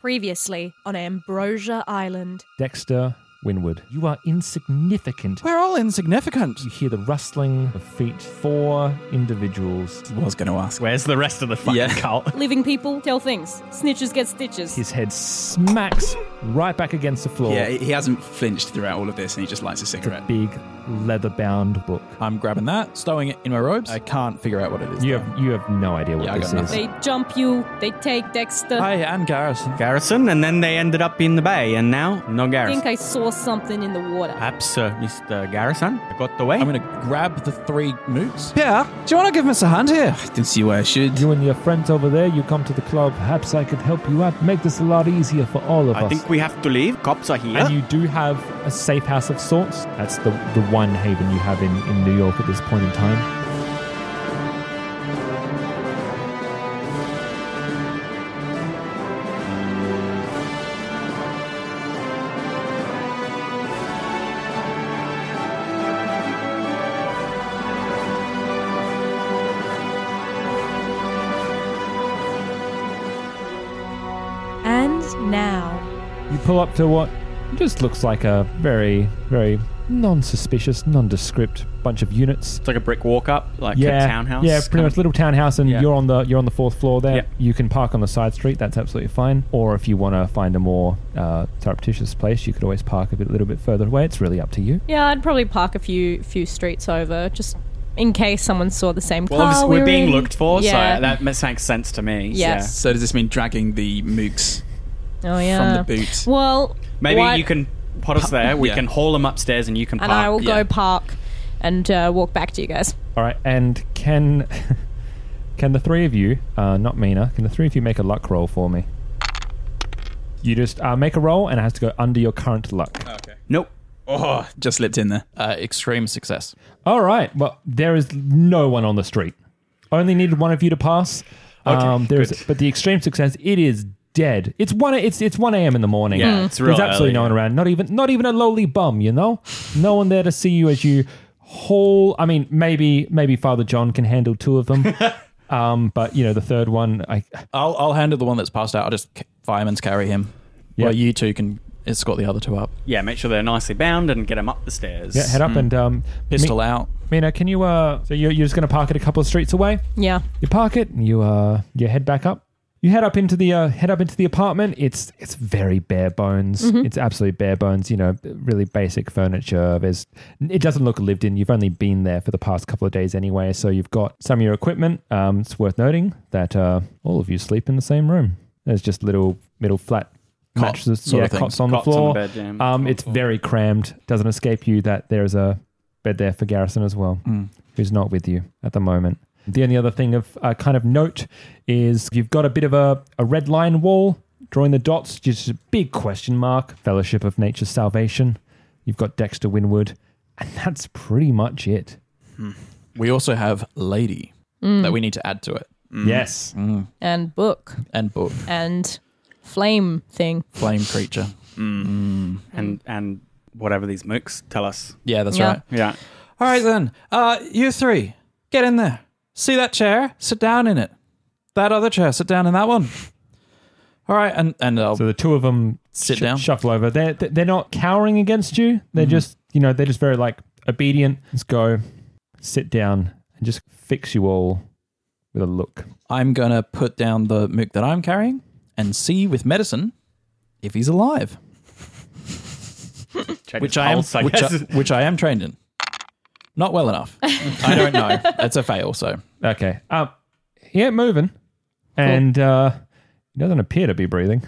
Previously on Ambrosia Island. Dexter Winwood, you are insignificant. We're all insignificant. You hear the rustling of feet. Four individuals. I was going to ask. Where's the rest of the fucking Yeah. cult? Living people tell things. Snitches get stitches. His head smacks right back against the floor. Yeah, he he hasn't flinched throughout all of this and he just lights a it's a cigarette. big leather bound book. I'm grabbing that, stowing it in my robes. I can't figure out what it is. You though. have you have no idea what Yeah, I this got is. nothing. they jump you, they take Dexter. Hi, I'm Garrison. Garrison, and then they ended up in the bay, and now no I Garrison. think I saw something in the water. Perhaps uh, Mr. Garrison got away. I'm going to grab the three moots. Yeah. Do you want to give us a hand here? I didn't see why I should. You and your friends over there, you come to the club. Perhaps I could help you out. Make this a lot easier for all of I us. think we have to leave. Cops are here. And you do have a safe house of sorts. That's the, the one haven you have in, in New York at this point in time. And now, You pull up to what just looks like a very, very non suspicious, nondescript bunch of units. it's like a brick walk up, like yeah, a townhouse. Yeah, pretty kind much of- little townhouse, and Yeah. you're on the you're on the fourth floor there. Yeah. You can park on the side street. That's absolutely fine. Or if you want to find a more uh, surreptitious place, you could always park a bit, little bit further away. It's really up to you. yeah, I'd probably park a few few streets over just in case someone saw the same Well, car. obviously we're, we were being in. looked for, yeah. so that makes sense to me. Yeah. So- So does this mean dragging the mooks oh, yeah. from the boot? Well, Maybe what- you can pot us there. We Yeah. can haul them upstairs, and you can park. And I will yeah. go park and uh, walk back to you guys. All right, and can can the three of you, uh, not Mina, can the three of you make a luck roll for me? You just uh, make a roll, and it has to go under your current luck. Nope. Oh, just slipped in there. Uh, extreme success. All right. Well, there is no one on the street. Only needed one of you to pass. um, there's, good. but the extreme success, it is dead. It's one. It's it's one a.m. in the morning. Yeah, Mm. it's real There's absolutely early, no one around. Not even not even a lowly bum. You know, no one there to see you as you haul. I mean, maybe maybe Father John can handle two of them. Um, but you know the third one, I I'll I'll handle the one that's passed out. I'll just c- fireman's carry him. Yeah. Well, you two can escort the other two up. Yeah, make sure they're nicely bound and get them up the stairs. yeah, head up and um, Pistol out. Mi- Mina, can you uh? So you're, you're just gonna park it a couple of streets away. Yeah. You park it and you uh you head back up. You head up into the uh, head up into the apartment. It's it's very bare bones. It's absolutely bare bones. You know, really basic furniture. There's it doesn't look lived in. You've only been there for the past couple of days anyway, so you've got some of your equipment. Um, it's worth noting that uh, all of you sleep in the same room. There's just little middle flat Cot mattresses, sort yeah, of thing. cots on Cots the on the floor. bed, yeah. um, it's very crammed. Doesn't escape you that there is a bed there for Garrison as well, who's not with you at the moment. The only other thing of uh, kind of note is you've got a bit of a, a red line wall drawing the dots, just a big question mark. Fellowship of Nature's Salvation. You've got Dexter Winwood, and that's pretty much it. We also have lady that we need to add to it Yes. And book and book and flame thing. flame creature. and and whatever these mooks tell us. Yeah, that's Yeah. right. Yeah. All right then. Uh, you three, get in there. See that chair? Sit down in it. that other chair. Sit down in that one. All right, and and uh, I'll So the two of them sit down. shuffle over. They're they're not cowering against you. They're just you know they're just very like obedient. Let's go, sit down, and just fix you all with a look. I'm gonna put down the mook that I'm carrying and see with medicine if he's alive, Check which his I am, pulse, I which I, guess. which I am trained in. Not well enough. I don't know. That's a fail. So Okay. Um, he ain't moving, and uh, he doesn't appear to be breathing.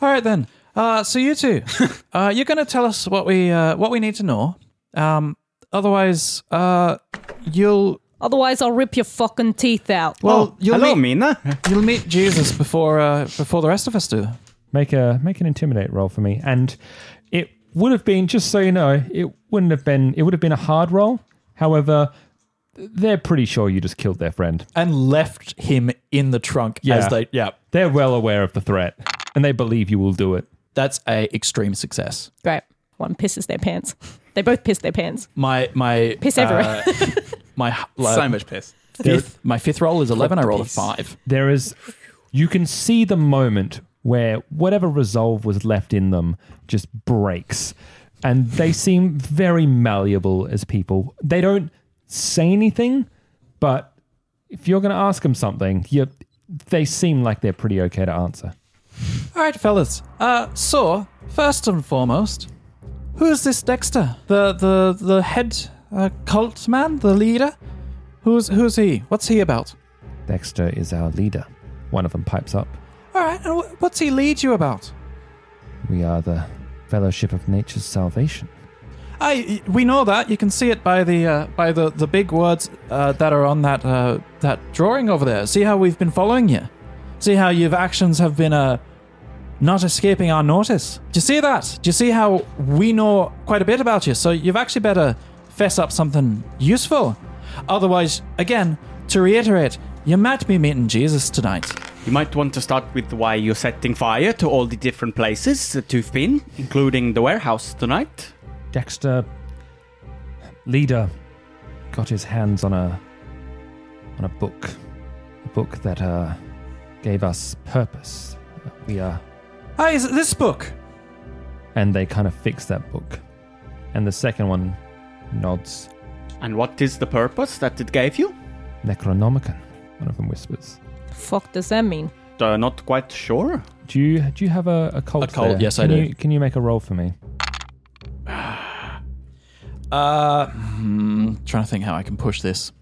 All right then. Uh, so you two, uh, you're going to tell us what we uh, what we need to know. Um, otherwise, uh, you'll Otherwise, I'll rip your fucking teeth out. well you'll Hello, meet, Mina. you'll meet Jesus before uh, before the rest of us do. Make a make an intimidate roll for me, and it would have been just so you know, it wouldn't have been it would have been a hard roll. However, they're pretty sure you just killed their friend. And left him in the trunk Yeah. as they yeah. They're well aware of the threat, and they believe you will do it. That's a extreme success. Great. One pisses their pants. They both piss their pants. My my uh, Piss Uh, everywhere. my So much piss. fifth my fifth roll is eleven. I rolled a piss. five. there is you can see the moment where whatever resolve was left in them just breaks and they seem very malleable as people they don't say anything but if you're going to ask them something you they seem like they're pretty okay to answer All right, fellas. Uh, so first and foremost, who is this Dexter? The the the head uh, cult man, the leader. Who's who's he? What's he about? dexter is our leader one of them pipes up All right, and wh- what's he lead you about? we are the fellowship of nature's salvation I we know that you can see it by the uh, by the the big words uh, that are on that uh, that drawing over there. See how we've been following you. See how your actions have been uh, not escaping our notice. Do you see that? Do you see how we know quite a bit about you? So you've actually better fess up something useful. Otherwise, again, to reiterate, you might be meeting Jesus tonight. You might want to start with why you're setting fire to all the different places that you've been, including the warehouse tonight. Dexter leader got his hands on a on a book, a book that uh, gave us purpose. We are, Ah, is it this book? and they kind of fixed that book. And the second one nods. And what is the purpose that it gave you? Necronomicon. One of them whispers. Fuck does that mean? Uh, not quite sure. Do you do you have a, a cult? A cult, there? yes, I can do. You, can you make a roll for me? Uh, hmm, trying to think how I can push this.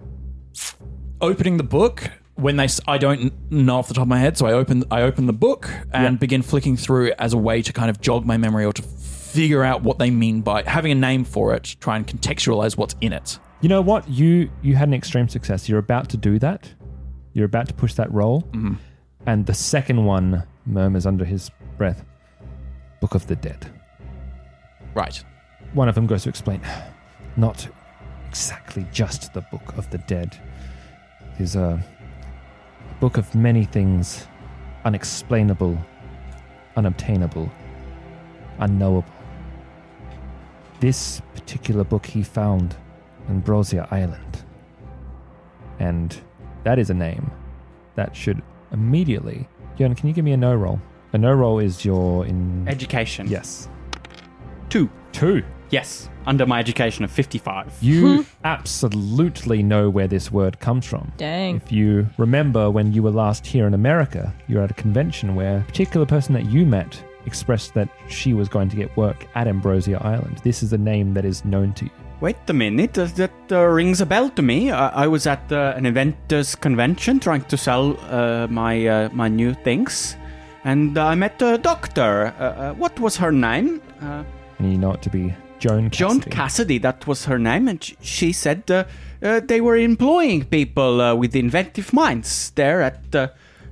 Opening the book when they, s- I don't kn- know off the top of my head, so I open, I open the book and begin flicking through as a way to kind of jog my memory or to figure out what they mean by having a name for it. Try and contextualize what's in it. You know what? You you had an extreme success. You're about to do that. You're about to push that roll. And the second one murmurs under his breath, "Book of the Dead." Right. One of them goes to explain, not exactly just the Book of the Dead. It is a book of many things unexplainable, unobtainable, unknowable. This particular book he found on Brosia Island. And that is a name that should immediately. Jörn, can you give me a no roll? A no roll is your in. Education. yes. Two. Two. Yes. Under my education of 55. You absolutely know where this word comes from. Dang. If you remember when you were last here in America, you were at a convention where a particular person that you met expressed that she was going to get work at Ambrosia Island. This is a name that is known to you. Wait a minute, does that uh, rings a bell to me. I, I was at uh, an inventors convention trying to sell uh, my uh, my new things, and I met a doctor. Uh, uh, what was her name? Uh, And you know it to be Joan Cassidy. Joan Cassidy. That was her name, and sh- she said uh, uh, they were employing people uh, with inventive minds there at uh,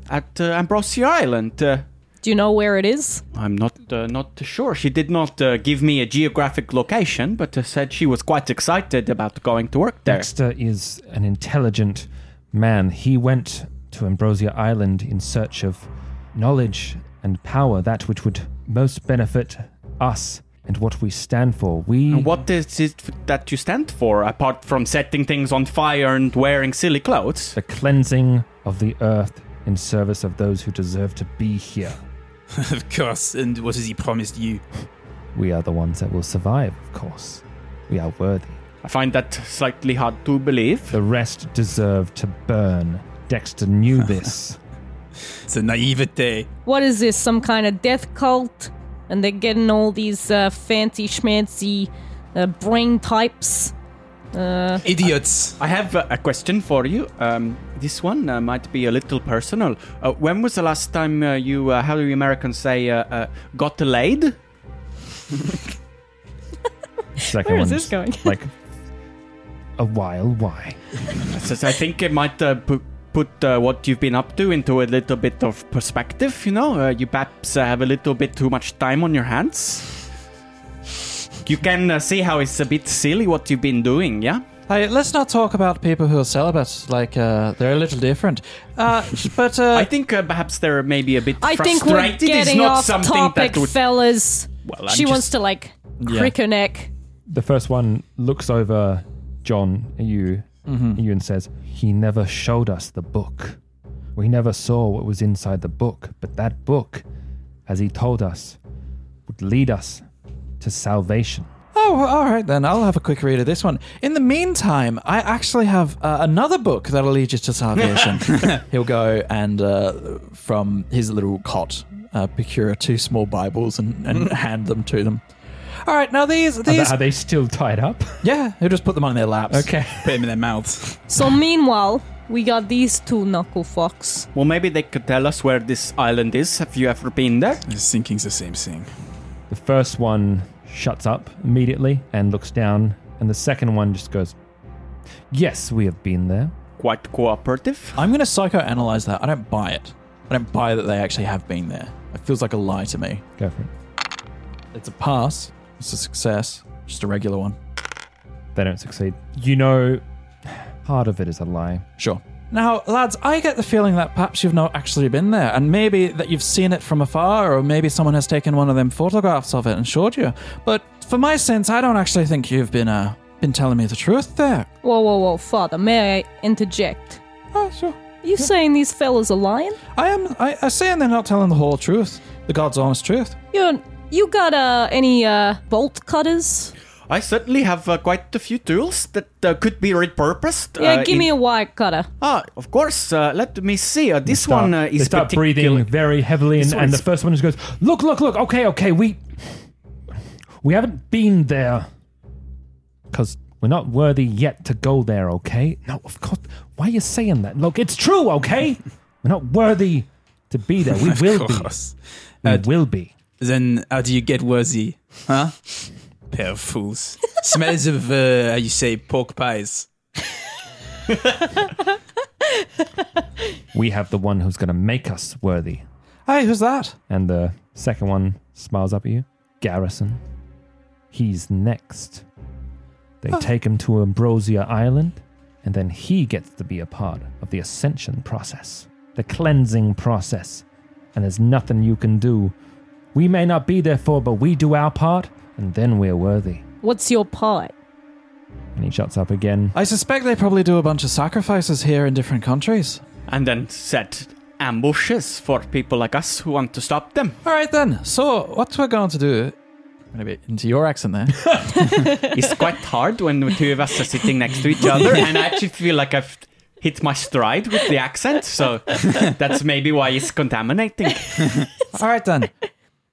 at uh, Ambrosia Island. Uh, Do you know where it is? I'm not uh, not sure. She did not uh, give me a geographic location, but uh, said she was quite excited about going to work there. Dexter is an intelligent man. He went to Ambrosia Island in search of knowledge and power, that which would most benefit us and what we stand for. We And What is it f- that you stand for, apart from setting things on fire and wearing silly clothes? the cleansing of the earth in service of those who deserve to be here. of course. And what has he promised you? We are the ones that will survive, of course. We are worthy. I find that slightly hard to believe. The rest deserve to burn. Dexter knew this. It's a naivete. What is this? Some kind of death cult? And they're getting all these uh, fancy schmancy uh, brain types. Uh, Idiots. I have a a question for you. Um, this one uh, might be a little personal. Uh, when was the last time uh, you, uh, how do you Americans say, uh, uh, got laid? Second Where is one's this going? like a while. Why? So I think it might uh, pu- put uh, what you've been up to into a little bit of perspective. You know, uh, you perhaps uh, have a little bit too much time on your hands. You can uh, see how it's a bit silly what you've been doing, yeah? Hey, let's not talk about people who are celibate. Like uh, they're a little different. Uh, but uh, I think uh, perhaps they're maybe a bit I think frustrated. we're it's getting not off something topic, that would. fellas. Well, I'm she wants just- to like Yeah. crick her neck. The first one looks over John at you, at you and says, "He never showed us the book. We never saw what was inside the book. But that book, as he told us, would lead us to salvation." Oh, well, all right then. I'll have a quick read of this one. In the meantime, I actually have uh, another book that'll lead you to salvation. He'll go and uh, from his little cot, uh, procure two small Bibles and, and hand them to them. All right, now these Are they, these are they still tied up? yeah, he'll just put them on their laps. Okay. Put him in their mouths. So meanwhile, we got these two knuckle fucks. Well, maybe they could tell us where this island is. Have you ever been there? Sinking's the same thing. The first one shuts up immediately and looks down, and the second one just goes, Yes, we have been there. Quite cooperative. I'm going to psychoanalyze that. I don't buy it. I don't buy that they actually have been there. It feels like a lie to me. Go for it. It's a pass. It's a success. Just a regular one. They don't succeed. You know, part of it is a lie. Sure. Now, lads, I get the feeling that perhaps you've not actually been there, and maybe that you've seen it from afar, or maybe someone has taken one of them photographs of it and showed you. But for my sense, I don't actually think you've been uh, been telling me the truth there. Whoa, whoa, whoa, father, may I interject? Ah, Oh, sure. You saying these fellas are lying? I am. I, I saying they're not telling the whole truth, the God's honest truth. You you got uh, any uh, bolt cutters? I certainly have uh, quite a few tools that uh, could be repurposed. Yeah, uh, give in- me a wire cutter. Ah, of course. Uh, let me see. Uh, this They start- one uh, they is start particular- breathing very heavily, and, This one and the is- first one just goes, "Look, look, look! Okay, okay, we we haven't been there because we're not worthy yet to go there. Okay, no, of course. Why are you saying that? Look, it's true. Okay, we're not worthy to be there. We Of will be. course. We Uh, will be. Then how do you get worthy? Huh? Pair of fools. Smells of, uh, how you say, pork pies. We have the one who's going to make us worthy." Hey, who's that? And the second one smiles up at you. Garrison. He's next. They take him to Ambrosia Island, and then he gets to be a part of the ascension process, the cleansing process. And there's nothing you can do. We may not be there for, but we do our part, and then we're worthy. What's your part? And he shuts up again. I suspect they probably do a bunch of sacrifices here in different countries. and then set ambushes for people like us who want to stop them. All right then. So what we're going to do? I'm going to be into your accent there. It's quite hard when the two of us are sitting next to each other, and I actually feel like I've hit my stride with the accent, so that's maybe why it's contaminating. All right then.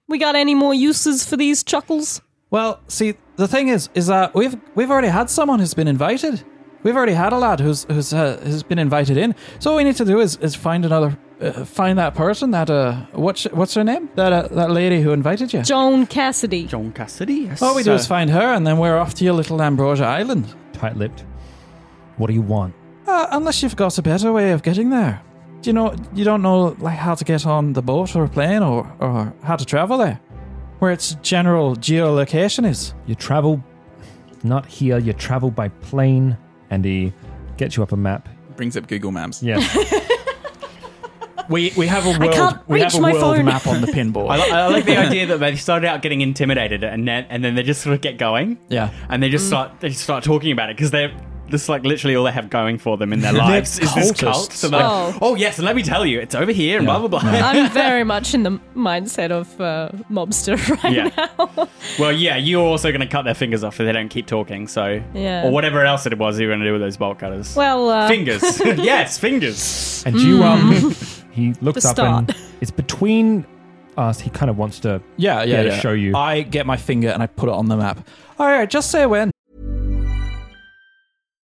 We got any more uses for these chuckles? Well, see, the thing is, is that we've we've already had someone who's been invited. We've already had a lad who's who's uh, has been invited in. So what we need to do is is find another, uh, find that person that uh, what's what's her name? That uh, that lady who invited you. Joan Cassidy. John Cassidy, yes. All we do uh, is find her, and then we're off to your little Ambrosia Island. Tight lipped. What do you want? Uh, unless you've got a better way of getting there. Do you know you don't know like how to get on the boat or plane or or how to travel there, where its general geolocation is. You travel not here, you travel by plane. And he gets you up a map. Brings up Google Maps. Yeah. We we have a world can't we have reach a my world phone. map on the pinboard. I, li- I like the idea that they started out getting intimidated, and then and then they just sort of get going, yeah. Mm. and they just start they just start talking about it because they're this is like literally all they have going for them in their They're lives is this cult. cultists. So they're like, Oh. oh yes, let me tell you, it's over here and blah blah blah. I'm very much in the mindset of uh, mobster right Yeah. now. well, yeah, you're also going to cut their fingers off if they don't keep talking. So, Yeah. or whatever else it was you're going to do with those bolt cutters. Well, uh, fingers. yes, fingers. And you, um, he looks The up and it's between us. He kind of wants to, Yeah, yeah, get a yeah. show you. I get my finger and I put it on the map. All right, just say when.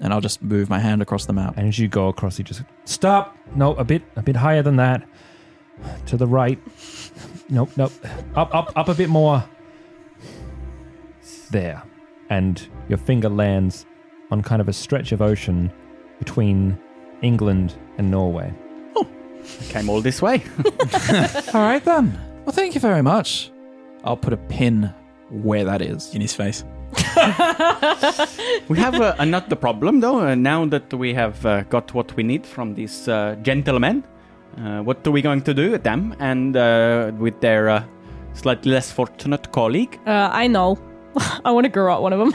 And I'll just move my hand across the map. And as you go across, he just stop. No, a bit, a bit higher than that. To the right. Nope, nope. Up, up, up a bit more. There, and your finger lands on kind of a stretch of ocean between England and Norway. Came all this way. All right then. Well, thank you very much. I'll put a pin where that is in his face. we have uh, another problem though. Uh, now that we have uh, got what we need from these uh, gentlemen, uh, what are we going to do with them and uh, with their uh, slightly less fortunate colleague? Uh, I know. I want to grow out one of them.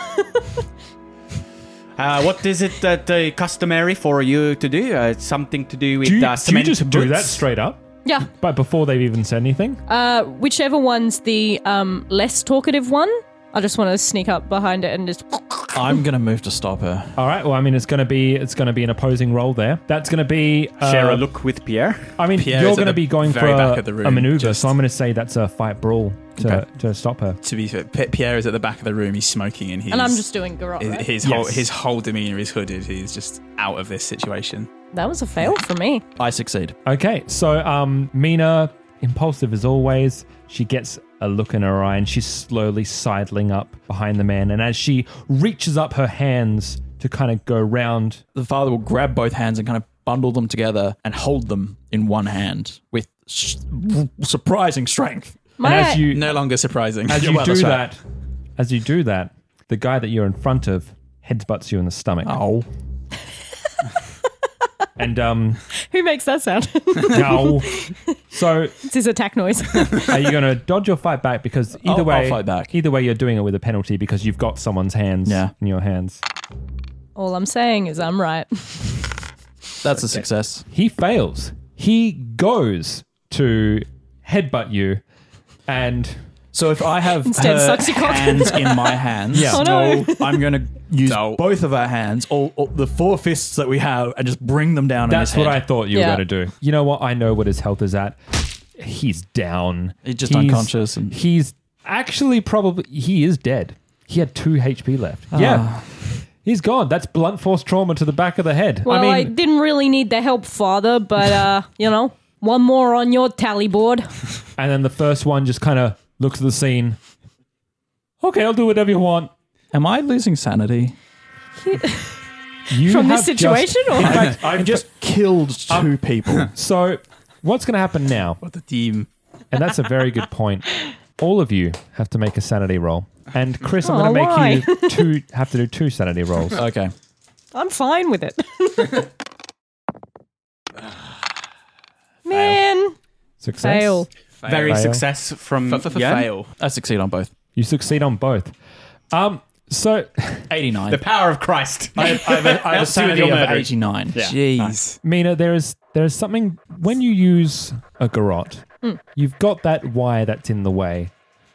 Uh, what is it that uh, customary for you to do? Uh, it's something to do with uh, cement do that bricks? straight up? yeah. But before they've even said anything? Uh, whichever one's the um, less talkative one, I just want to sneak up behind it and just. I'm gonna move to stop her. All right. Well, I mean, it's going to be it's going to be an opposing role there. That's going to be uh, Share a look with Pierre. I mean, Pierre you're is at going to the be going for very back a, of the room, a maneuver, just- so I'm going to say that's a fight brawl to, Okay. to stop her. To be fair, P- Pierre is at the back of the room. He's smoking, and he's And I'm just doing garrote, His, right? his Yes. whole his whole demeanor is hooded. He's just out of this situation. That was a fail for me. I succeed. Okay, so um, Mina, impulsive as always, she gets a look in her eye and she's slowly sidling up behind the man. And as she reaches up her hands to kind of go round, The father will grab both hands and kind of bundle them together and hold them in one hand with s surprising strength. My- as you- no longer surprising. as Yeah, you well, do that's right. that, as you do that, the guy that you're in front of headbutts you in the stomach. Oh. and um, Who makes that sound? ow. So It's his attack noise. Are you going to dodge or fight back? Because either I'll- way, I'll fight back. Either way, you're doing it with a penalty because you've got someone's hands Yeah. in your hands. All I'm saying is I'm right. That's a success. He fails. He goes to headbutt you, and So if I have Instead, her sucks your cock. hands in my hands, Yeah. Oh, no. I'm going to use both of our hands, all, all the four fists that we have, and just bring them down. on that's his what I head. thought you were going to do. You know what? I know what his health is at. He's down. He's just unconscious and- he's actually probably he is dead. He had two HP left. Ah. Yeah. He's gone. That's blunt force trauma to the back of the head. Well, I, I mean, didn't really need the help, Father, but uh, you know, one more on your tally board. And then the first one just kind of looks at the scene. Okay, I'll do whatever you want. Am I losing sanity? You From have this situation, Just, or- In fact, I've just killed two people. so what's going to happen now? What the team? And that's a very good point. All of you have to make a sanity roll. And Chris, I'm Oh, going to make why? you two have to do two sanity rolls. Okay. I'm fine with it. Man, Success. Fail. Very Fail. success from Jan. fail. I succeed on both. You succeed on both. Um. So, 89. The power of Christ. I have, I have a, I have a Helps you with sanity your of murder. 89. Yeah. Jeez. Mina, there is there is something when you use a garrote, you've got that wire that's in the way.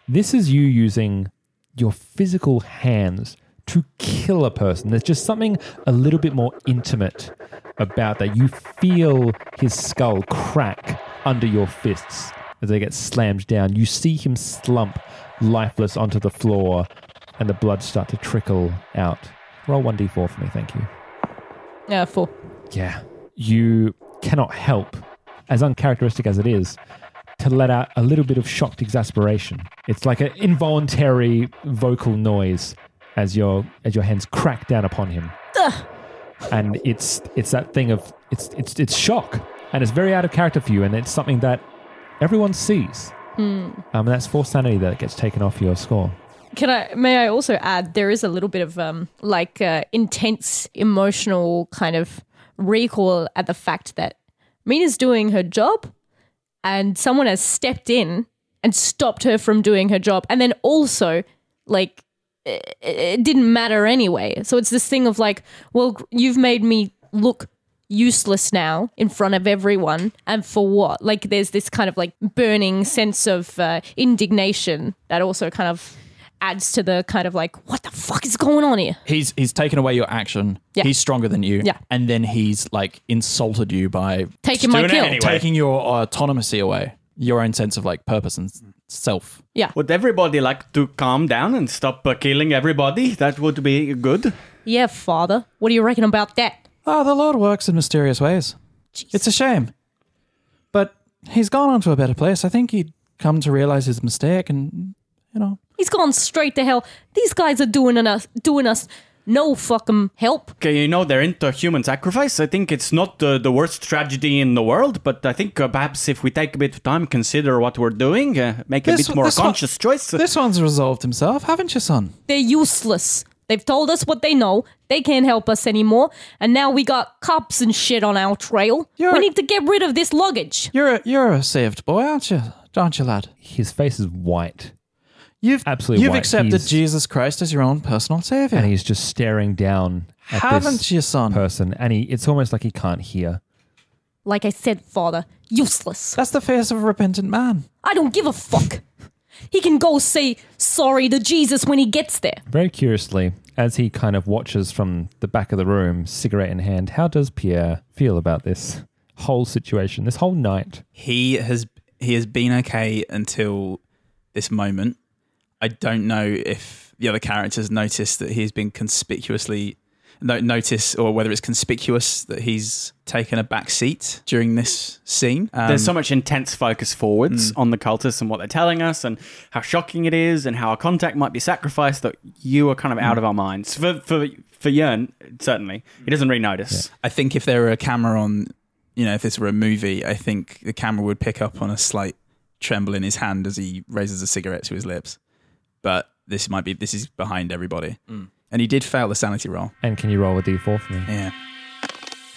This is you using your physical hands to kill a person. There's just something a little bit more intimate about that. You feel his skull crack under your fists as they get slammed down. You see him slump lifeless onto the floor and the blood start to trickle out. Roll 1d4 for me, thank you. Yeah, four. Yeah. You cannot help, as uncharacteristic as it is, to let out a little bit of shocked exasperation. It's like an involuntary vocal noise as your as your hands crack down upon him. And it's it's that thing of it's it's it's shock. And it's very out of character for you, and it's something that everyone sees. Hmm. Um, and that's four sanity that gets taken off your score. Can I? May I also add? There is a little bit of um, like uh, intense emotional kind of recoil at the fact that Mina's doing her job, and someone has stepped in and stopped her from doing her job, and then also like it, it didn't matter anyway. So it's this thing of like, well, you've made me look useless now in front of everyone and for what like there's this kind of like burning sense of uh, indignation that also kind of adds to the kind of like what the fuck is going on here He's he's taken away your action. Yeah. He's stronger than you. Yeah. And then he's like insulted you by Taking my Doing it kill. anyway. taking your autonomy away, your own sense of like purpose and self. yeah Would everybody like to calm down and stop uh, killing everybody? That would be good. yeah father what do you reckon about that Ah, the Lord works in mysterious ways. It's a shame. But he's gone on to a better place. I think he'd come to realize his mistake and you know he's gone straight to hell these guys are doing us doing us no fucking help Okay, you know, they're into human sacrifice. I think it's not uh, the worst tragedy in the world, but I think uh, perhaps if we take a bit of time, consider what we're doing, uh, make a bit more conscious. choice. This one's resolved himself, haven't you, son? they're useless they've told us what they know they can't help us anymore and now we got cops and shit on our trail we need to get rid of this luggage You're a, you're a saved boy, aren't you? Aren't you, lad? His face is white. You've Absolutely You've white. accepted He's- Jesus Christ as your own personal savior. and he's just staring down at Haven't this person and he it's almost like he can't hear like i said father useless that's the face of a repentant man i don't give a fuck he can go say sorry to jesus when he gets there very curiously as he kind of watches from the back of the room cigarette in hand how does pierre feel about this whole situation this whole night He has he has been okay until this moment. I don't know if the other characters notice that he has been conspicuously no, notice or whether it's conspicuous that he's taken a back seat during this scene. Um, There's so much intense focus forwards Mm. on the cultists and what they're telling us, and how shocking it is, and how our contact might be sacrificed. That you are kind Mm. of out of our minds. For for for Yearn, certainly, he doesn't really notice. I think if there were a camera on, you know, if this were a movie, I think the camera would pick up on a slight tremble in his hand as he raises a cigarette to his lips. But this might be this is behind everybody, and he did fail the sanity roll. and can you roll a d4 for me Yeah,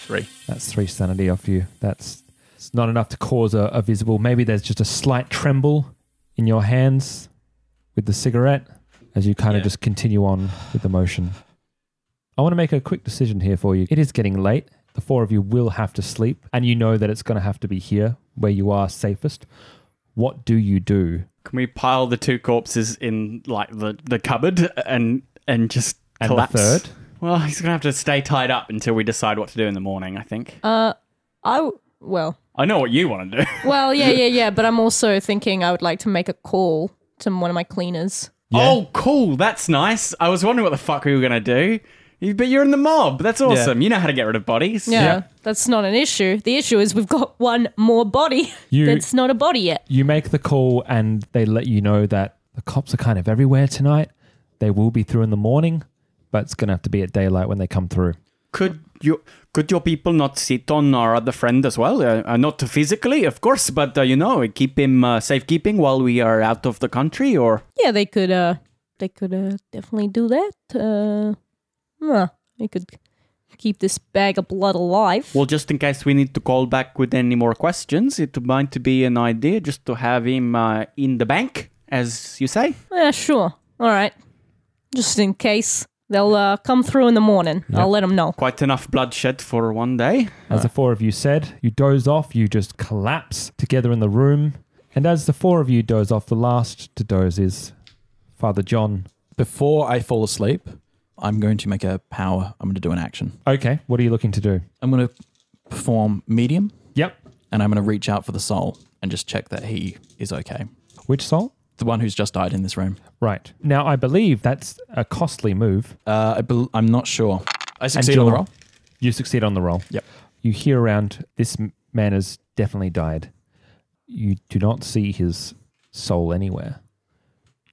three. That's three sanity off you. That's it's not enough to cause a, a visible. Maybe there's just a slight tremble in your hands with the cigarette as you kind of just continue on with the motion. I want to make a quick decision here for you. It is getting late. The four of you will have to sleep, and you know that it's going to have to be here where you are safest. What do you do? Can we pile the two corpses in like the, the cupboard and and just And the collapse? third? Well, he's gonna have to stay tied up until we decide what to do in the morning. I think. uh i w- well I know what you want to do. Well, yeah, yeah, yeah. But I'm also thinking I would like to make a call to one of my cleaners. Oh, cool! That's nice. I was wondering what the fuck we were gonna do. You- But you're in the mob. That's awesome. You know how to get rid of bodies. Yeah, that's not an issue. The issue is we've got one more body You- that's not a body yet. You make the call, and they let you know that the cops are kind of everywhere tonight. They will be through in the morning, but it's going to have to be at daylight when they come through. Could you? Could your people not sit on our other friend as well? Uh, uh, not physically, of course, but uh, you know, keep him uh, safekeeping while we are out of the country, or Yeah, they could, uh, they could uh, definitely do that. Uh, huh, they could keep this bag of blood alive. Well, just in case we need to call back with any more questions, it might be an idea just to have him uh, in the bank, as you say. Yeah, sure. All right, just in case they'll uh, come through in the morning. I'll let them know. Quite enough bloodshed for one day. As the four of you said, you doze off, you just collapse together in the room. And as the four of you doze off, the last to doze is Father John before I fall asleep, I'm going to make a power. I'm going to do an action. Okay. What are you looking to do? I'm going to perform medium. Yep. And I'm going to reach out for the soul and just check that he is okay. Which soul? The one who's just died in this room. Right. Now, I believe that's a costly move. Uh, I bel I'm not sure. I succeed on you'll- the roll. You succeed on the roll. Yep. You hear around this m- man has definitely died. You do not see his soul anywhere.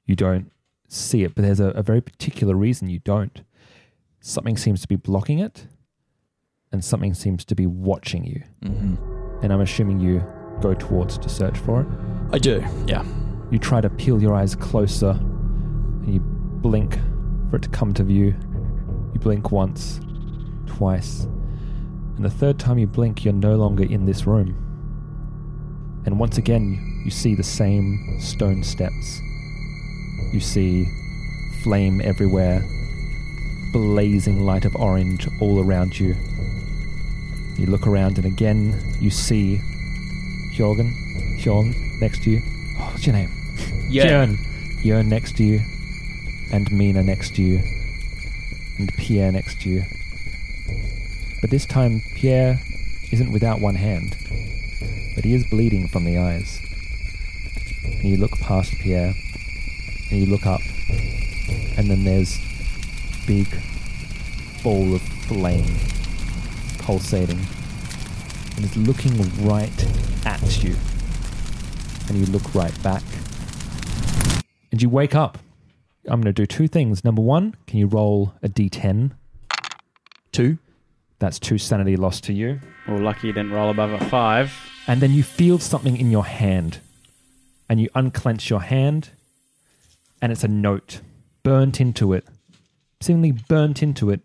You don't see it, but there's a, a very particular reason you don't. Something seems to be blocking it, and something seems to be watching you. Mm-hmm. And I'm assuming you go towards to search for it. I do, yeah. You try to peel your eyes closer, and you blink for it to come to view. You blink once, twice, and the third time you blink, you're no longer in this room. And once again, you see the same stone steps. You see flame everywhere, blazing light of orange all around you. You look around, and again, you see Jorgen, Jorn next to you. Oh, what's your name? Jörn. Jörn. Jörn next to you, and Mina next to you, and Pierre next to you. But this time, Pierre isn't without one hand, but he is bleeding from the eyes. And you look past Pierre, and you look up, and then there's big ball of flame pulsating, and it's looking right at you. And you look right back, and you wake up. I'm going to do two things. Number one, can you roll a d10? Two. That's two sanity lost to you. Oh, lucky you didn't roll above a five. And then you feel something in your hand, and you unclench your hand, and it's a note burnt into it. Seemingly burnt into it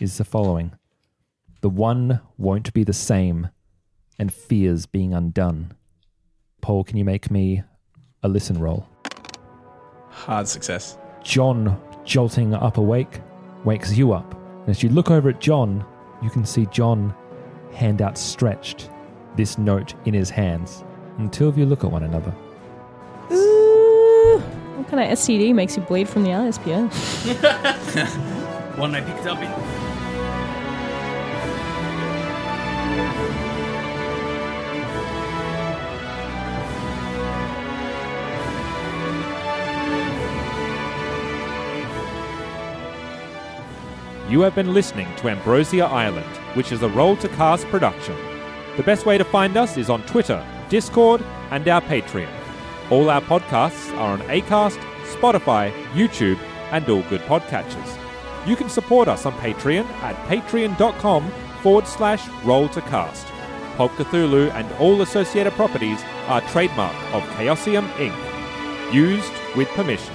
is the following The one won't be the same, and fears being undone. Paul, can you make me a listen roll? Hard success. John, jolting up awake, wakes you up. And as you look over at John, you can see John, hand outstretched, this note in his hands. And the two of you look at one another. What kind of STD makes you bleed from the eyes, Pierre? One I picked up in. You have been listening to Ambrosia Island, which is a Roll to Cast production. The best way to find us is on Twitter, Discord, and our Patreon. All our podcasts are on Acast, Spotify, YouTube, and all good podcatchers. You can support us on Patreon at patreon.com forward slash roll to cast. Pulp Cthulhu and all associated properties are trademark of Chaosium Inc. Used with permission.